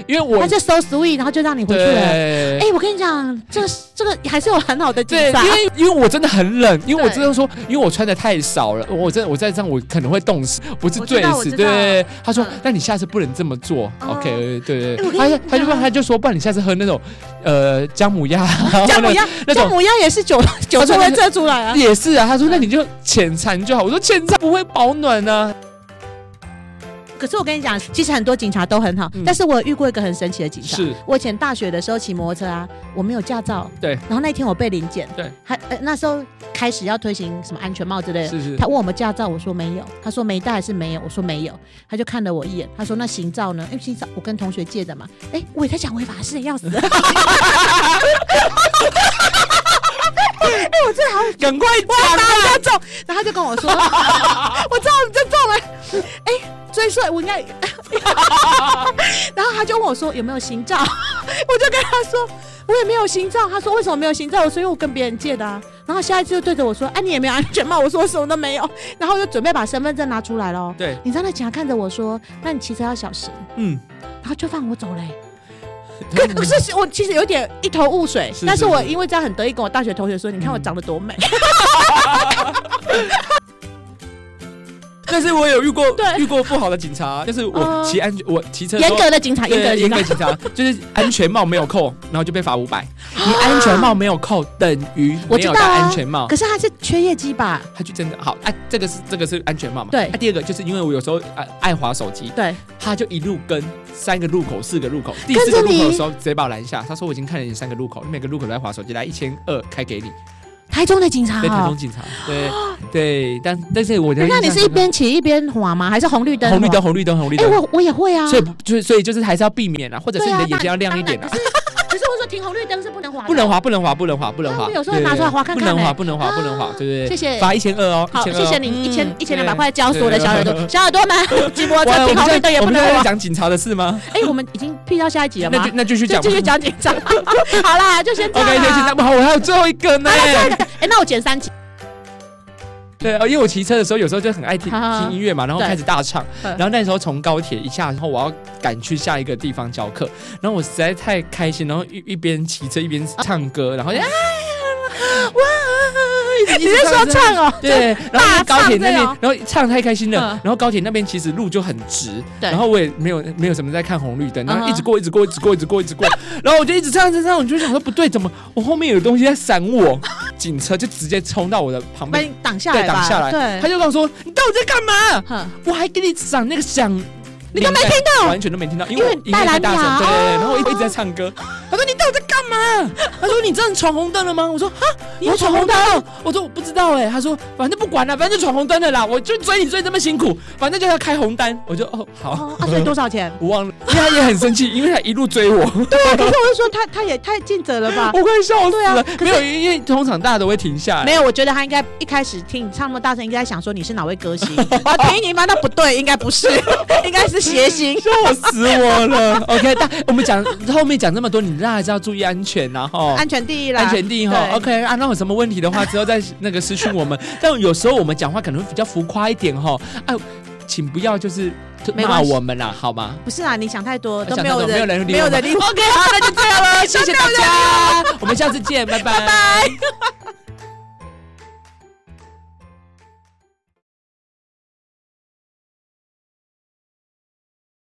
Speaker 2: 因为我
Speaker 1: 他就 so sweet，然后就让你回去了。
Speaker 2: 对
Speaker 1: 哎、我跟你讲，这个这个还是有很好的警
Speaker 2: 对，
Speaker 1: 察
Speaker 2: 因。为因为我真的很冷，因为我
Speaker 1: 对
Speaker 2: 真的说，因为我穿的太少了，我真的我再这样我可能会冻死，不是
Speaker 1: 我
Speaker 2: 醉
Speaker 1: 知道我
Speaker 2: 死。
Speaker 1: 知
Speaker 2: 对，他说
Speaker 1: 嗯，
Speaker 2: 那你下次不能这么做。
Speaker 1: 哦
Speaker 2: OK，对对
Speaker 1: 哎我跟你
Speaker 2: 对，他就他就说
Speaker 1: 讲
Speaker 2: 他就说，不然你下次喝那种呃姜母鸭，
Speaker 1: 姜母鸭，
Speaker 2: 那种
Speaker 1: 姜母鸭也是酒酒
Speaker 2: 说
Speaker 1: 测
Speaker 2: 那
Speaker 1: 会
Speaker 2: 个
Speaker 1: 测出来啊。
Speaker 2: 也是啊。他说那你就浅尝就好。我说浅尝不会保暖呢。
Speaker 1: 可是我跟你讲，其实很多警察都很好，
Speaker 2: 嗯
Speaker 1: 但是我有遇过一个很神奇的警察。
Speaker 2: 是
Speaker 1: 我以前大学的时候骑摩托车啊，我没有驾照。
Speaker 2: 对
Speaker 1: 然后那天我被临检。
Speaker 2: 对。
Speaker 1: 还、呃、那时候开始要推行什么安全帽之类的。
Speaker 2: 是是
Speaker 1: 他问我们驾照，我说没有。他说没带还是没有？我说没有。他就看了我一眼，他说那行照呢？因为行照我跟同学借的嘛。哎、我也在讲违法事，要死。哎、我真的好
Speaker 2: 赶快讲啊！
Speaker 1: 他中，然后他就跟我 说，我知道你就中了，哎、追税我应该， 然后他就问我说有没有行照， 我就跟他说我也没有行照，他说为什么没有行照？我说因为我跟别人借的啊，然后下一次就对着我说，哎、你也没有安全帽，我说我什么都没有， 然后我就准备把身份证拿出来咯。
Speaker 2: 对，
Speaker 1: 你知道那警察看着我说，那你骑车要小心，
Speaker 2: 嗯，
Speaker 1: 然后就放我走嘞、可是我其实有点一头雾水，
Speaker 2: 是
Speaker 1: 但是
Speaker 2: 是
Speaker 1: 我
Speaker 2: 是
Speaker 1: 因为这样很得意，跟我大学同学说，你看我
Speaker 2: 嗯
Speaker 1: 长得多美。
Speaker 2: 但是我有遇过
Speaker 1: 对
Speaker 2: 遇过不好的警察，就是我
Speaker 1: 哦
Speaker 2: 骑安全我骑车的时
Speaker 1: 严
Speaker 2: 候
Speaker 1: 格的警察，严格的
Speaker 2: 对，
Speaker 1: 警察
Speaker 2: 格，警察就是安全帽没有扣，然后就被罚五百。你安全帽没有扣，等于
Speaker 1: 啊我
Speaker 2: 没
Speaker 1: 知
Speaker 2: 有
Speaker 1: 道
Speaker 2: 戴
Speaker 1: 啊
Speaker 2: 安全帽。
Speaker 1: 可是他是缺业绩吧？
Speaker 2: 啊他就真的好，哎、这个是这个是安全帽嘛？
Speaker 1: 对
Speaker 2: 呃啊第二个就是因为我有时候爱爱滑手机，
Speaker 1: 对，
Speaker 2: 他就一路跟三个路口、四个路口，第四个
Speaker 1: 跟着
Speaker 2: 路
Speaker 1: 你
Speaker 2: 口的时候直接把我拦下，他说我已经看了你三个路口，你每个路口都在划手机，来一千二开给你，
Speaker 1: 台中的警察
Speaker 2: 对台中
Speaker 1: 哦。
Speaker 2: 警察，对对，但但是我的
Speaker 1: 那你
Speaker 2: 印象
Speaker 1: 是一边骑一边滑吗？还是红绿灯？
Speaker 2: 红绿灯、。红绿灯、红绿
Speaker 1: 哎，
Speaker 2: 灯，
Speaker 1: 我我也会啊。
Speaker 2: 所以不就是所以就是还是要避免啊，或者是
Speaker 1: 对
Speaker 2: 你
Speaker 1: 啊
Speaker 2: 的眼睛
Speaker 1: 当
Speaker 2: 要亮一
Speaker 1: 当然
Speaker 2: 点啊
Speaker 1: 可，是可是我说停红绿灯是不能滑的，
Speaker 2: 不能滑，不能滑，不能滑，不能
Speaker 1: 啊
Speaker 2: 滑，
Speaker 1: 我有时候
Speaker 2: 对
Speaker 1: 拿出来
Speaker 2: 对
Speaker 1: 滑看
Speaker 2: 不能
Speaker 1: 看
Speaker 2: 滑，
Speaker 1: 欸
Speaker 2: 不能滑，不能滑，对
Speaker 1: 谢
Speaker 2: 对
Speaker 1: 谢
Speaker 2: 对，罚一千二哦，
Speaker 1: 好，
Speaker 2: 1200
Speaker 1: 谢谢你一千
Speaker 2: 嗯
Speaker 1: 一千两百
Speaker 2: 对
Speaker 1: 块教唆我的小耳朵
Speaker 2: 对，
Speaker 1: 小耳朵 们，直播
Speaker 2: 哇
Speaker 1: 车
Speaker 2: 我
Speaker 1: 停
Speaker 2: 们
Speaker 1: 红绿
Speaker 2: 现
Speaker 1: 灯也
Speaker 2: 在我
Speaker 1: 不
Speaker 2: 们
Speaker 1: 能
Speaker 2: 现在在
Speaker 1: 滑。
Speaker 2: 讲警察的事吗？
Speaker 1: 哎，我们已经 P 到下一集了
Speaker 2: 那
Speaker 1: 吗
Speaker 2: 就？那继续
Speaker 1: 就
Speaker 2: 讲
Speaker 1: 继
Speaker 2: 吧。
Speaker 1: 续讲警察。好啦，就先这
Speaker 2: OK，
Speaker 1: 样
Speaker 2: 谢谢那
Speaker 1: 啦。
Speaker 2: 么好，我还有最后一个呢。
Speaker 1: 哎，那我减三集。
Speaker 2: 对，哦因为我骑车的时候有时候就很爱听
Speaker 1: 好好
Speaker 2: 听音乐嘛，然后
Speaker 1: 对
Speaker 2: 开始大唱。
Speaker 1: 嗯
Speaker 2: 然后那时候从高铁一下，然后我要赶去下一个地方教课，然后我实在太开心，然后一一边骑车一边唱歌，然后就啊哇！
Speaker 1: 你是说唱哦？
Speaker 2: 对，然后高铁那
Speaker 1: 大唱
Speaker 2: 边
Speaker 1: 这样，
Speaker 2: 然后唱太开心了
Speaker 1: 嗯，
Speaker 2: 然后高铁那边其实路就很直，
Speaker 1: 对
Speaker 2: 然后我也没有没有什么在看红绿灯，然
Speaker 1: 嗯
Speaker 2: 后
Speaker 1: 哼
Speaker 2: 一直过，一直过，一直过，一直过，一 直过，然后我就一直唱，一直唱，我就想说不对，怎么我后面有东西在闪我？ 警车就直接冲到我的旁
Speaker 1: 把
Speaker 2: 边，
Speaker 1: 你挡下
Speaker 2: 对，
Speaker 1: 来吧。
Speaker 2: 挡下来，他
Speaker 1: 对。
Speaker 2: 就跟我说：“你到底在干嘛？
Speaker 1: 哼
Speaker 2: 我还给你赏那个响。”
Speaker 1: 你都没听
Speaker 2: 到，完全都没听到，因为我
Speaker 1: 因为
Speaker 2: 音乐太大
Speaker 1: 戴
Speaker 2: 声，
Speaker 1: 蓝牙
Speaker 2: 对对对，
Speaker 1: 哦
Speaker 2: 然后我一直在唱歌。他说：“你到底在干嘛？”他说：“你真的闯红灯了吗？”我说：“哈，你有闯红灯？”我说：“我不知道哎。”他说：“反正不管了，反正就闯红灯了啦，我就追你追这么辛苦，反正就要开红单。”我就哦好
Speaker 1: 哦，，啊，所以多少 钱？
Speaker 2: 我忘了，因为他也很生气，因为他一路追 我，
Speaker 1: 对，可是我就说他他也太尽责了吧。
Speaker 2: 我快笑死了
Speaker 1: 对啊。可是
Speaker 2: 没有，因为通常大家都会停下来，
Speaker 1: 没有，我觉得他应该一开始听你唱那么大声，应该想说你是哪位 歌星。我听你吗？那不对，应该不是，应该是谐星。
Speaker 2: 笑死我 了。OK，但我们讲后面讲这么多，你大家还是要注意安全然、啊、后。
Speaker 1: 安全第一啦，
Speaker 2: 安全第一哈
Speaker 1: 对
Speaker 2: ，OK 啊，那有什么问题的话，之后再那个私讯我们。 但有时候我们讲话可能会比较浮夸一点哈，哎，请不要就是
Speaker 1: 没
Speaker 2: 骂
Speaker 1: 关系
Speaker 2: 我们啦，好吗？
Speaker 1: 不是啊，你想太多，都
Speaker 2: 想
Speaker 1: 没
Speaker 2: 太
Speaker 1: 有
Speaker 2: 多没有人
Speaker 1: 人，
Speaker 2: 理
Speaker 1: 没有
Speaker 2: 我们
Speaker 1: 啊人理我。OK，好，那就这样了，
Speaker 2: 谢谢大家，我们下次见，拜拜。
Speaker 1: 拜。